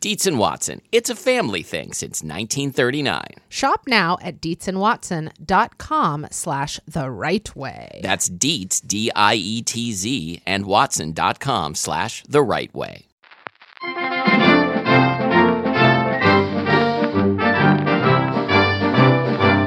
Dietz and Watson, it's a family thing since 1939. Shop now at deetzandwatson.com slash the right way. That's Dietz, D I E T Z, and Watson.com slash the right way.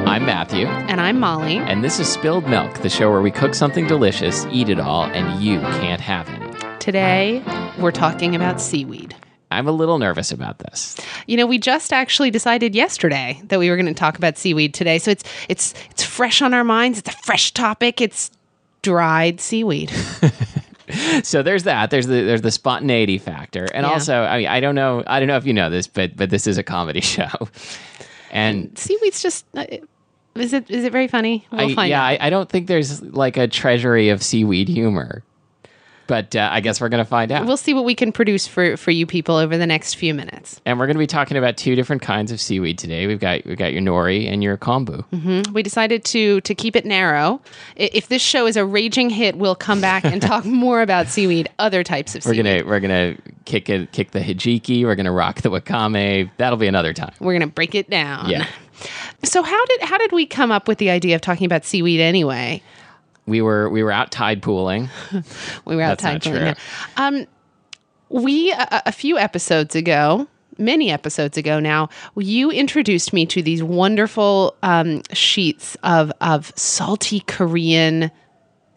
I'm Matthew. And I'm Molly. And this is Spilled Milk, the show where we cook something delicious, eat it all, and you can't have any. Today, we're talking about seaweed. I'm a little nervous about this. You know, we just actually decided yesterday that we were going to talk about seaweed today. So it's it's it's fresh on our minds. It's a fresh topic. It's dried seaweed. So there's that. There's the there's the spontaneity factor, and Yeah. also I mean I don't know I don't know if you know this, but but this is a comedy show, and Seaweed's just uh, is it is it very funny? We'll I, find yeah out. I, I don't think there's like a treasury of seaweed humor, but uh, I guess we're gonna find out. We'll see what we can produce for for you people over the next few minutes. and we're going to be talking about two different kinds of seaweed today. We've got we've got your nori and your kombu. We decided to to keep it narrow. I- If this show is a raging hit, we'll come back and talk more about seaweed, other types of We're seaweed. gonna we're gonna kick it kick the hijiki. We're gonna rock the wakame. That'll be another time. We're gonna break it down. Yeah. So how did how did we come up with the idea of talking about seaweed anyway? We were we were out tide pooling. We were That's outside. not playing true. that. Um, we a- a, a few episodes ago, many episodes ago now, you introduced me to these wonderful um, sheets of of salty Korean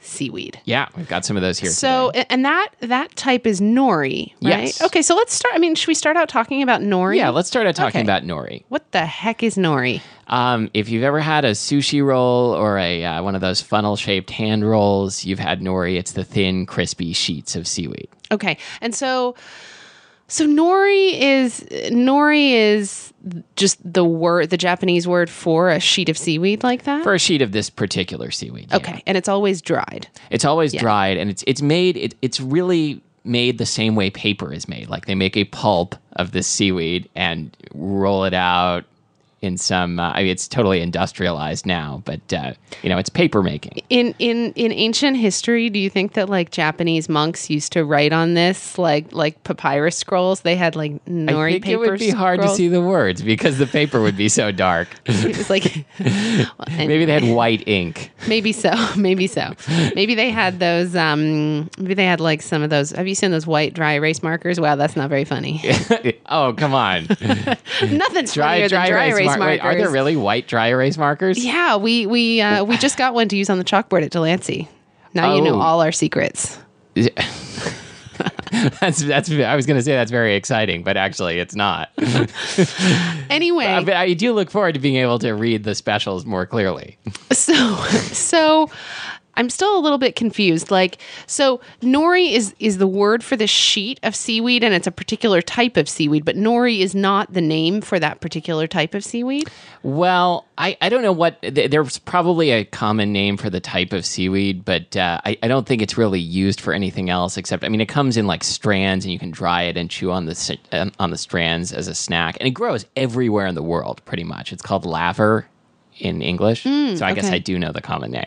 seaweed. Yeah, we've got some of those here. So, a- and that that type is nori, right? Yes. Okay, so let's start. I mean, should we start out talking about nori? today. yeah, let's start out talking Okay. about nori. What the heck is nori? Um, if you've ever had a sushi roll or a uh, one of those funnel shaped hand rolls, you've had nori. It's the thin, crispy sheets of seaweed. Okay, and so so nori is nori is just the word, the Japanese word for a sheet of seaweed like that. For a sheet of this particular seaweed, yeah. okay, and it's always dried. It's always dried, and it's it's made. It, it's really made the same way paper is made. Like they make a pulp of this seaweed and roll it out in some. Uh, I mean, it's totally industrialized now, but uh, you know, it's paper making. In in in ancient history, do you think that like Japanese monks used to write on this like like papyrus scrolls? They had like nori I think it paper would be hard to scrolls. see the words because the paper would be so dark. It was like Maybe they had white ink. maybe so, maybe so. Maybe they had those. Um, maybe they had like some of those. Have you seen those white dry erase markers? Wow, that's not very funny. oh, come on. Nothing's Dry, funnier dry, than dry erase, erase, mar- wait, markers. are there really white dry erase markers? yeah, we we uh, we just got one to use on the chalkboard at Delancey. Now you know Oh. all our secrets. that's that's. I was going to say that's very exciting, but actually, it's not. Anyway, Uh, but I do look forward to being able to read the specials more clearly. so so I'm still a little bit confused. Like so nori is is the word for this sheet of seaweed and it's a particular type of seaweed, but nori is not the name for that particular type of seaweed. Well, I, I don't know what th- there's probably a common name for the type of seaweed, but uh, I, I don't think it's really used for anything else except I mean it comes in like strands and you can dry it and chew on the s- um, on the strands as a snack and it grows everywhere in the world pretty much. It's called laver in English. so I guess I do know the common name.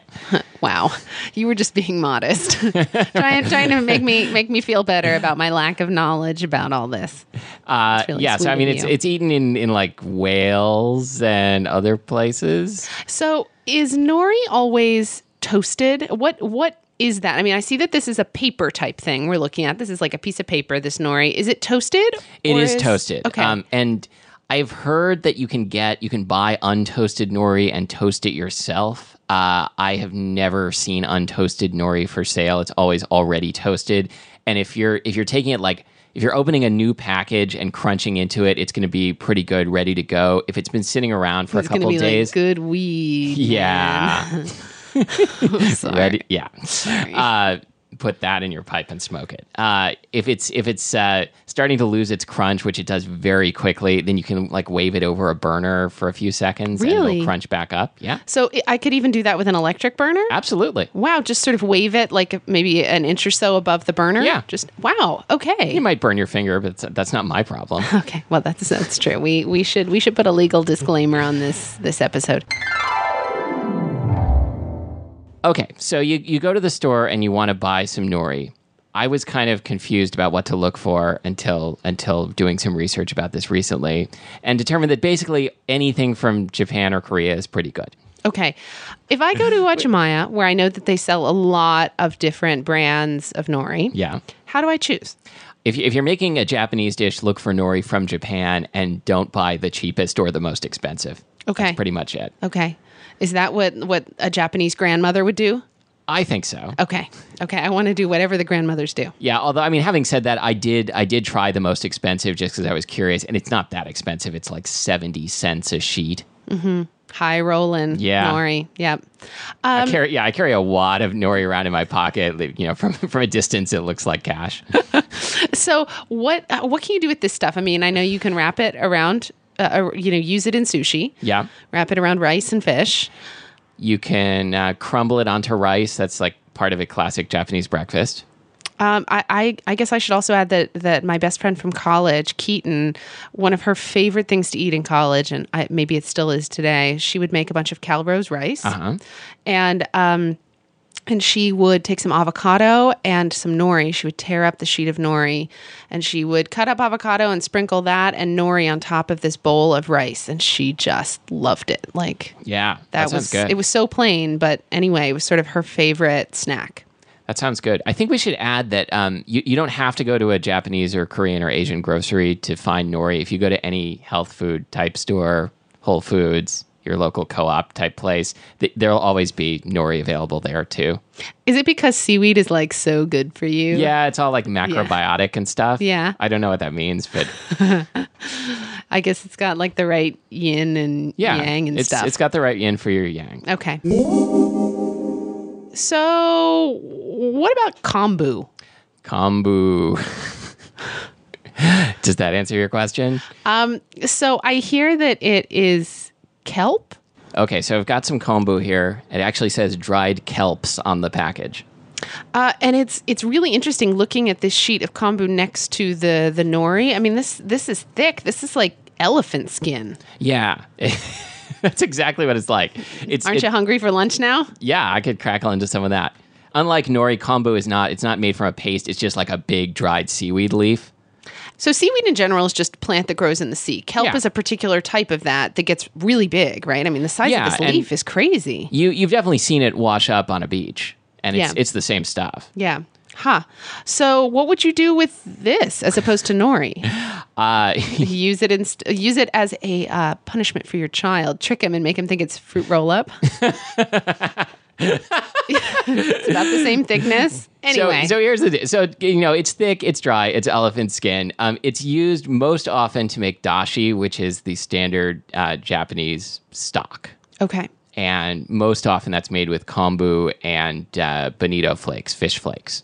Wow, you were just being modest, trying trying to make me make me feel better about my lack of knowledge about all this. Uh, really yeah, sweet so I mean, of it's you. it's eaten in in like Wales and other places. So, is nori always toasted? What what is that? I mean, I see that this is a paper type thing we're looking at. This is like a piece of paper. This nori is it toasted? It Or is toasted. Um, Okay. and I've heard that you can get you can buy untoasted nori and toast it yourself. Uh, I have never seen untoasted nori for sale. It's always already toasted. And if you're if you're taking it like if you're opening a new package and crunching into it, it's going to be pretty good, ready to go. If it's been sitting around for it's a going to couple be days, like good weed. yeah. Sorry. Ready? Yeah. Uh, put that in your pipe and smoke it. Uh, if it's if it's uh, starting to lose its crunch, which it does very quickly, then you can like wave it over a burner for a few seconds and Really? it'll crunch back up. Yeah. So i I could even do that with an electric burner. Absolutely. Wow, just sort of wave it like maybe an inch or so above the burner. Yeah. Just wow. Okay. You might burn your finger, but that's, that's not my problem. Okay, well that's that's true. We we should we should put a legal disclaimer on this this episode. Okay, so you, you go to the store and you want to buy some nori. I was kind of confused about what to look for until until doing some research about this recently and determined that basically anything from Japan or Korea is pretty good. Okay, if I go to Wajimaya, where I know that they sell a lot of different brands of nori, Yeah. how do I choose? If, you- if you're making a Japanese dish, look for nori from Japan and don't buy the cheapest or the most expensive. Okay. That's pretty much it. Okay, is that what what a Japanese grandmother would do? I think so. Okay, okay, I want to do whatever the grandmothers do. Yeah, although I mean having said that, I did I did try the most expensive just cuz I was curious and it's not that expensive. It's like 70 cents a sheet. High rolling Yeah. nori. Yep. Um, I carry, yeah, I carry a wad of nori around in my pocket. like, You know, from from a distance, it looks like cash. So what uh, what can you do with this stuff? I mean, I know you can wrap it around. Uh, uh, you know, use it in sushi. Yeah. Wrap it around rice and fish. You can uh, crumble it onto rice. That's like part of a classic Japanese breakfast. Um, I, I, I guess I should also add that that my best friend from college, Keaton, one of her favorite things to eat in college, and I, maybe it still is today, she would make a bunch of Calrose rice, Uh-huh. and um, and she would take some avocado and some nori. She would tear up the sheet of nori, and she would cut up avocado and sprinkle that and nori on top of this bowl of rice, and she just loved it. Like Yeah, that, that, sounds was good. it was so plain, but anyway, it was sort of her favorite snack. that sounds good. I think we should add that um, you you don't have to go to a Japanese or Korean or Asian grocery to find nori. If you go to any health food type store, Whole Foods, your local co-op type place, th- there'll always be nori available there too. Is it because seaweed is like so good for you? Yeah, it's all like macrobiotic and stuff. Yeah. I don't know what that means, but I guess it's got like the right yin and yeah, yang and it's, stuff. It's got the right yin for your yang. okay. So, what about kombu? Kombu. Does that answer your question? So, I hear that it is kelp. Okay, so I've got some kombu here. It actually says dried kelps on the package. Uh, and it's it's really interesting looking at this sheet of kombu next to the the nori. I mean this this is thick. This is like elephant skin. Yeah. That's exactly what it's like. It's Aren't it- you hungry for lunch now? yeah, I could crackle into some of that. Unlike nori, kombu is not it's not made from a paste, it's just like a big dried seaweed leaf. So seaweed in general is just a plant that grows in the sea. Kelp Yeah. is a particular type of that that gets really big, right? I mean, the size Yeah, of this and- leaf is crazy. You you've definitely seen it wash up on a beach. And it's Yeah. it's the same stuff. Yeah. Huh. So what would you do with this as opposed to nori? Uh, use it in, use it as a uh, punishment for your child. Trick him and make him think it's fruit roll up. it's about the same thickness. Anyway. So, so here's the di- so you know it's thick, it's dry, it's elephant skin. Um, it's used most often to make dashi, which is the standard uh, Japanese stock, okay. and most often that's made with kombu and uh, bonito flakes, fish flakes.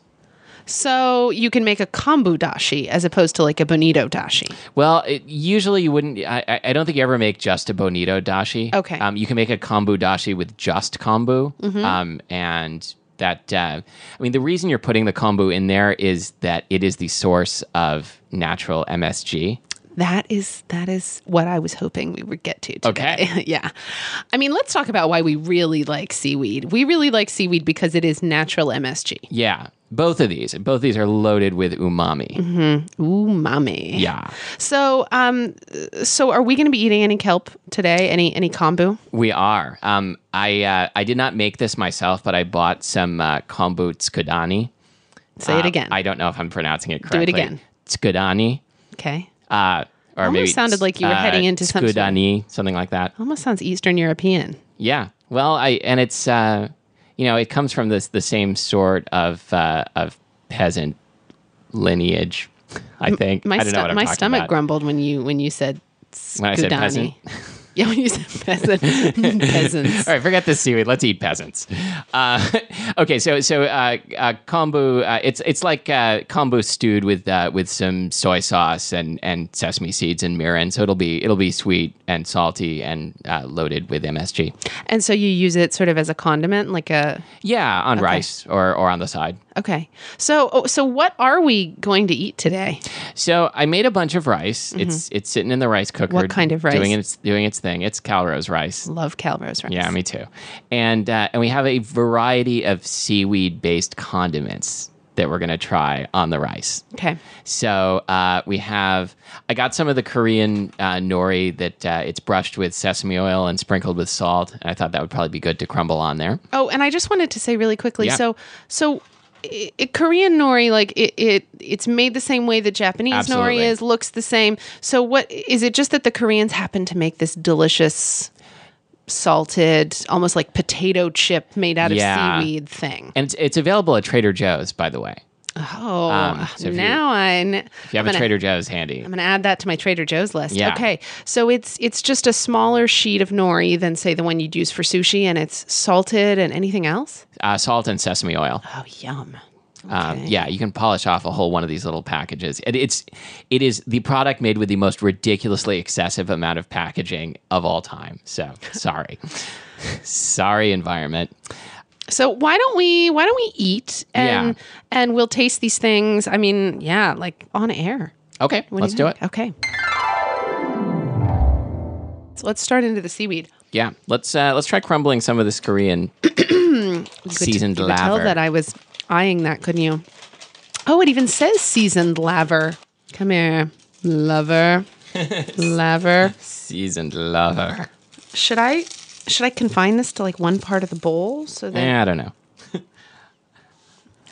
So you can make a kombu dashi as opposed to like a bonito dashi. Well, it, usually you wouldn't. I, I- I don't think you ever make just a bonito dashi. Okay. Mm-hmm. Um, you can make a kombu dashi with just kombu. Um, and that, uh, I mean, the reason you're putting the kombu in there is that it is the source of natural MSG. that is that is what I was hoping we would get to Okay. today. yeah. I mean, let's talk about why we really like seaweed. We really like seaweed because it is natural MSG. Yeah. Both of these. Both of these are loaded with umami. Mm-hmm. Umami. Yeah. So, um, so are we going to be eating any kelp today? Any any kombu? We are. Um, I uh, I did not make this myself, but I bought some uh, kombu tsukudani. Say it Um, again. I don't know if I'm pronouncing it it correctly. again. Tsukudani. okay. Uh, or Almost maybe sounded like you were uh, heading into some sort of- tsukudani, something like that. Almost sounds Eastern European. Yeah. Well, I and it's uh, you know it comes from this the same sort of uh, of peasant lineage. I think My I don't know sto- what I'm my talking stomach about. grumbled when you when you said When I said Scudani. peasant? yeah, when you said peasant, peasants. All right, forget this seaweed. Let's eat peasants. Uh, okay, so so uh, uh, kombu, uh, it's it's like uh, kombu stewed with uh, with some soy sauce and, and sesame seeds and mirin. So it'll be it'll be sweet and salty and uh, loaded with MSG. And so you use it sort of as a condiment, like a Yeah, on rice or or on the side. okay. So oh, so what are we going to eat today? So I made a bunch of rice. It's it's sitting in the rice cooker. Mm-hmm. What kind of rice? Doing its doing its thing. It's Calrose rice. Love Calrose rice. Yeah, me too. And uh, and we have a variety of seaweed based condiments that we're gonna try on the rice. Okay. So uh, we have. I got some of the Korean uh, nori that uh, it's brushed with sesame oil and sprinkled with salt. And I thought that would probably be good to crumble on there. Oh, and I just wanted to say really quickly. Yeah. So so. i i Korean nori, like it, it, it's made the same way the Japanese Absolutely. nori is, looks the same. So, what is it? Just that the Koreans happen to make this delicious, salted, almost like potato chip made out Yeah. of seaweed thing. And it's, it's available at Trader Joe's, by the way. Oh, um, so if you- now I. Kn- If you have I'm a gonna- Trader Joe's handy, I'm going to add that to my Trader Joe's list. Yeah. Okay. So it's it's just a smaller sheet of nori than say the one you'd use for sushi and it's salted and anything else? uh, salt and sesame oil. Oh, yum. Um, yeah, you can polish off a whole one of these little packages. And it's it is the product made with the most ridiculously excessive amount of packaging of all time. So sorry, sorry, environment. So why don't we why don't we eat and Yeah. and we'll taste these things. I mean, yeah, like on air. Okay, What let's you do, it. think? Okay. So let's start into the seaweed. Yeah, let's uh, let's try crumbling some of this Korean You could- seasoned you could tell laver. that I was eyeing that, couldn't you? Oh, it even says seasoned laver. Come here, lover, laver. seasoned lover. Should I should I confine this to like one part of the bowl so that? Yeah, Eh, I don't know.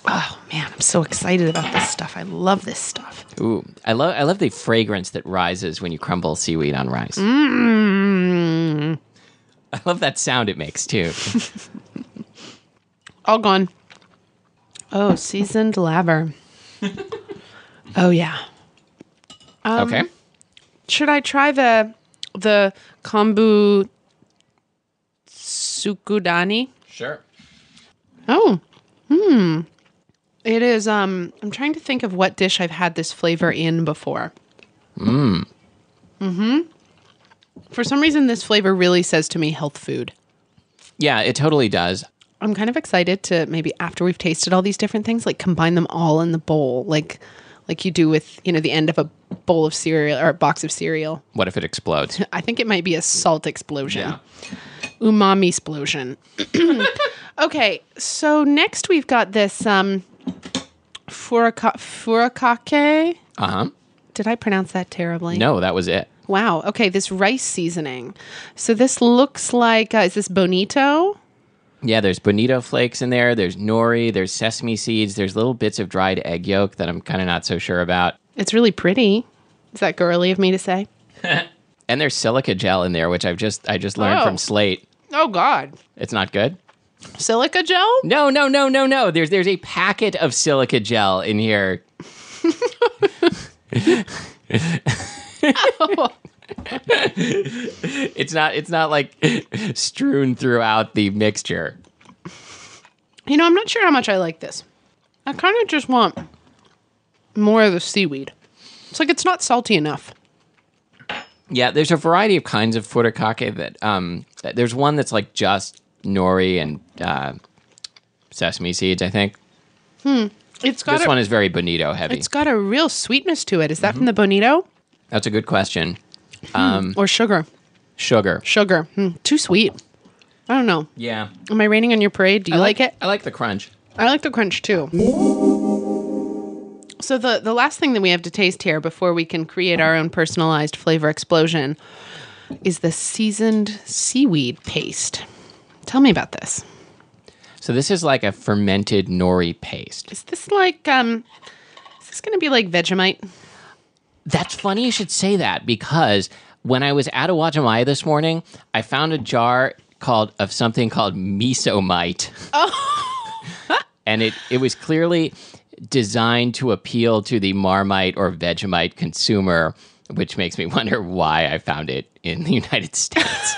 Oh man, I'm so excited about this stuff. I love this stuff. Ooh, I love I love the fragrance that rises when you crumble seaweed on rice. Mm-hmm. I love that sound it makes too. All gone. Oh, seasoned laver. oh yeah. Um, okay, Should I try the the kombu sukudani? sure. Oh, hmm. It is. Um, I'm trying to think of what dish I've had this flavor in before. Mm. Hmm. For some reason, this flavor really says to me health food. Yeah, it totally does. I'm kind of excited to maybe after we've tasted all these different things, like combine them all in the bowl, like like you do with you know the end of a bowl of cereal or a box of cereal. What if it explodes? I think it might be a salt explosion. Umami explosion. okay, so next we've got this um furika- furikake. Uh huh. Did I pronounce that terribly? No, that was it. Wow. Okay, this rice seasoning. So this looks like uh, is this bonito? Yeah, there's bonito flakes in there. There's nori. There's sesame seeds. There's little bits of dried egg yolk that I'm kind of not so sure about. It's really pretty. Is that girly of me to say? And there's silica gel in there, which I've just I just learned Oh. from Slate. Oh God, It's not good. silica gel. No, no, no, no, no. There's there's a packet of silica gel in here. it's not it's not like strewn throughout the mixture. You know, I'm not sure how much I like this. I kind of just want more of the seaweed. It's like it's not salty enough. Yeah, there's a variety of kinds of furikake that um that- there's one that's like just nori and uh, sesame seeds, I think. It's got This a, one is Mm-hmm. very bonito heavy. it's got a real sweetness to it. Is that from the bonito? That's a good question. Mm. or sugar. Sugar. Sugar. Hmm, too sweet. I don't know. Yeah. Am I raining on your parade? Do you like, it? I like the crunch. I like the crunch too. So the the last thing that we have to taste here before we can create our own personalized flavor explosion is the seasoned seaweed paste. Tell me about this. So this is like a fermented nori paste. Is this like um is this going to be like Vegemite? That's funny you should say that because when I was at Awajamaya this morning, I found a jar called of something called misomite. Oh. and it it was clearly designed to appeal to the Marmite or Vegemite consumer, which makes me wonder why I found it in the United States.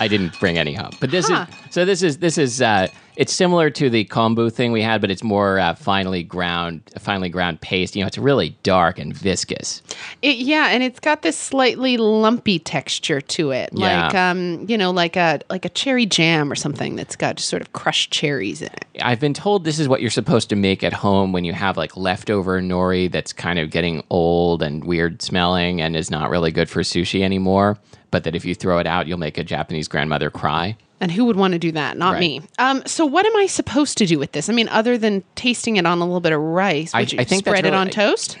I didn't bring any home. But this is so this is this is uh, it's similar to the kombu thing we had, but it's more uh, finely ground finely ground paste. You know, it's really dark and viscous. It, yeah, and it's got this slightly lumpy texture to it, Yeah. like um, you know, like a like a cherry jam or something that's got sort of crushed cherries in it. I've been told this is what you're supposed to make at home when you have like leftover nori that's kind of getting old and weird smelling and is not really good for sushi anymore, but that if you throw it out, you'll make a Japanese grandmother cry. And who would want to do that? Not Right. me. Um, so what am I supposed to do with this? I mean, other than tasting it on a little bit of rice, would you I think that's spread it really- on toast?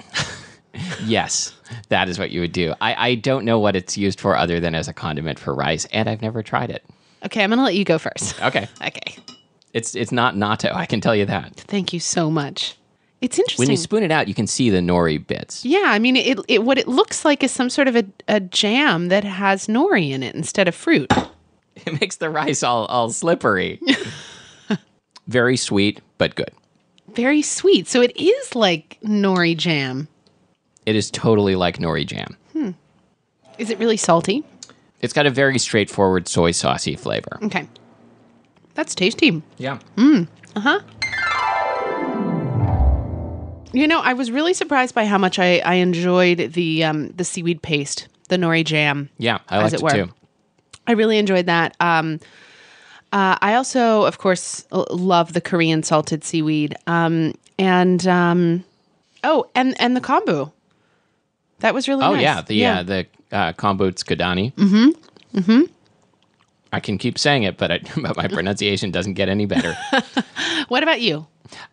Yes, that is what you would do. I, I don't know what it's used for other than as a condiment for rice, and I've never tried it. Okay, I'm going to let you go first. Okay. Okay. It's it's not natto, I can tell you that. Thank you so much. It's When interesting. you spoon it out, you can see the nori bits. yeah, I mean, it, it what it looks like is some sort of a, a jam that has nori in it instead of fruit. It makes the rice all, all slippery. Very sweet, but good. Very sweet. So it is like nori jam. It is totally like nori jam. Is it really salty? It's got a very straightforward soy saucy flavor. Mm-hmm. Okay. That's tasty. Yeah. You know, I was really surprised by how much I, I enjoyed the um, the seaweed paste, the nori jam. Yeah, I As liked it it, were. too. I really enjoyed that. Um, uh, I also, of course, l- love the Korean salted seaweed. Um, and um, oh, and and the kombu. That was really Oh nice. yeah, the Uh, the uh, kombu tsukudani. Mm-hmm. Mm-hmm. I can keep saying it, but, I, but my pronunciation doesn't get any better. What about you?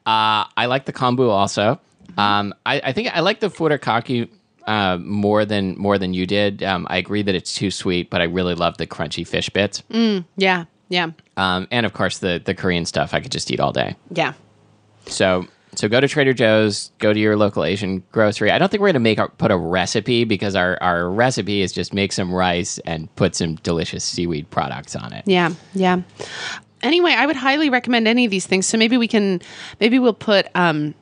Uh, I like the kombu also. Um, I, I think I like the futakaki uh, more than more than you did. Um, I agree that it's too sweet, but I really love the crunchy fish bits. Yeah, yeah, Um, and of course, the the Korean stuff I could just eat all day. yeah. So so go to Trader Joe's, go to your local Asian grocery. I don't think we're gonna make our, put a recipe because our our recipe is just make some rice and put some delicious seaweed products on it. Yeah, yeah. Anyway, I would highly recommend any of these things. So maybe we can, maybe we'll put um,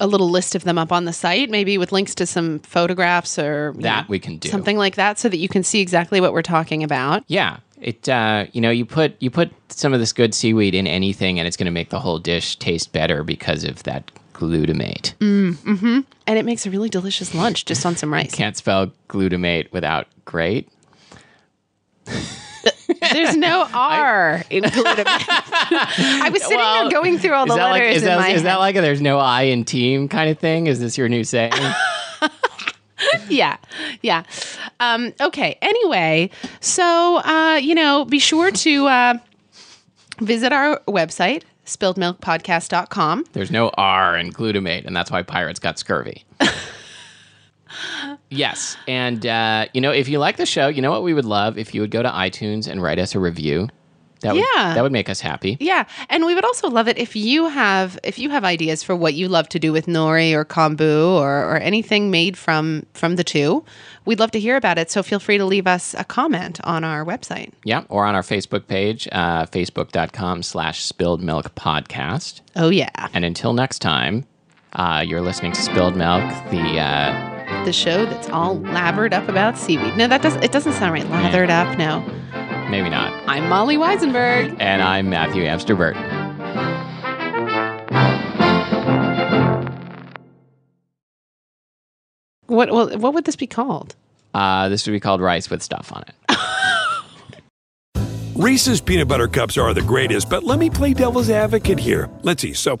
a little list of them up on the site, maybe with links to some photographs or you That we can do. something like that, so that you can see exactly what we're talking about. Yeah. It uh, you know you put you put some of this good seaweed in anything and it's going to make the whole dish taste better because of that glutamate. Mm. And it makes a really delicious lunch just on some rice. Can't spell glutamate without great. There's no R in glutamate. I was sitting Well, there going through all the is that like letters is in that, my is that head. like a there's no I in team kind of thing? Is this your new saying? yeah yeah um, okay anyway so uh, you know be sure to uh, visit our website spilledmilkpodcast.com There's no R in glutamate, and that's why pirates got scurvy. yes. And, uh, you know, if you like the show, you know what we would love? If you would go to iTunes and write us a review. That would, Yeah. That would make us happy. yeah and we would also love it if you have if you have ideas for what you love to do with nori or kombu or, or anything made from from the two we'd love to hear about it so feel free to leave us a comment on our website Yeah. Or on our Facebook page, uh, facebook.com slash spilled milk podcast. oh yeah And until next time, uh, you're listening to Spilled Milk, the. Uh, the show that's all lathered up about seaweed no that does it doesn't sound right lathered up no maybe not. i'm molly weisenberg And I'm Matthew Amsterbert. What well, what would this be called? Uh, this would be called Rice with Stuff on It. Reese's peanut butter cups are the greatest, but let me play devil's advocate here. Let's see. So,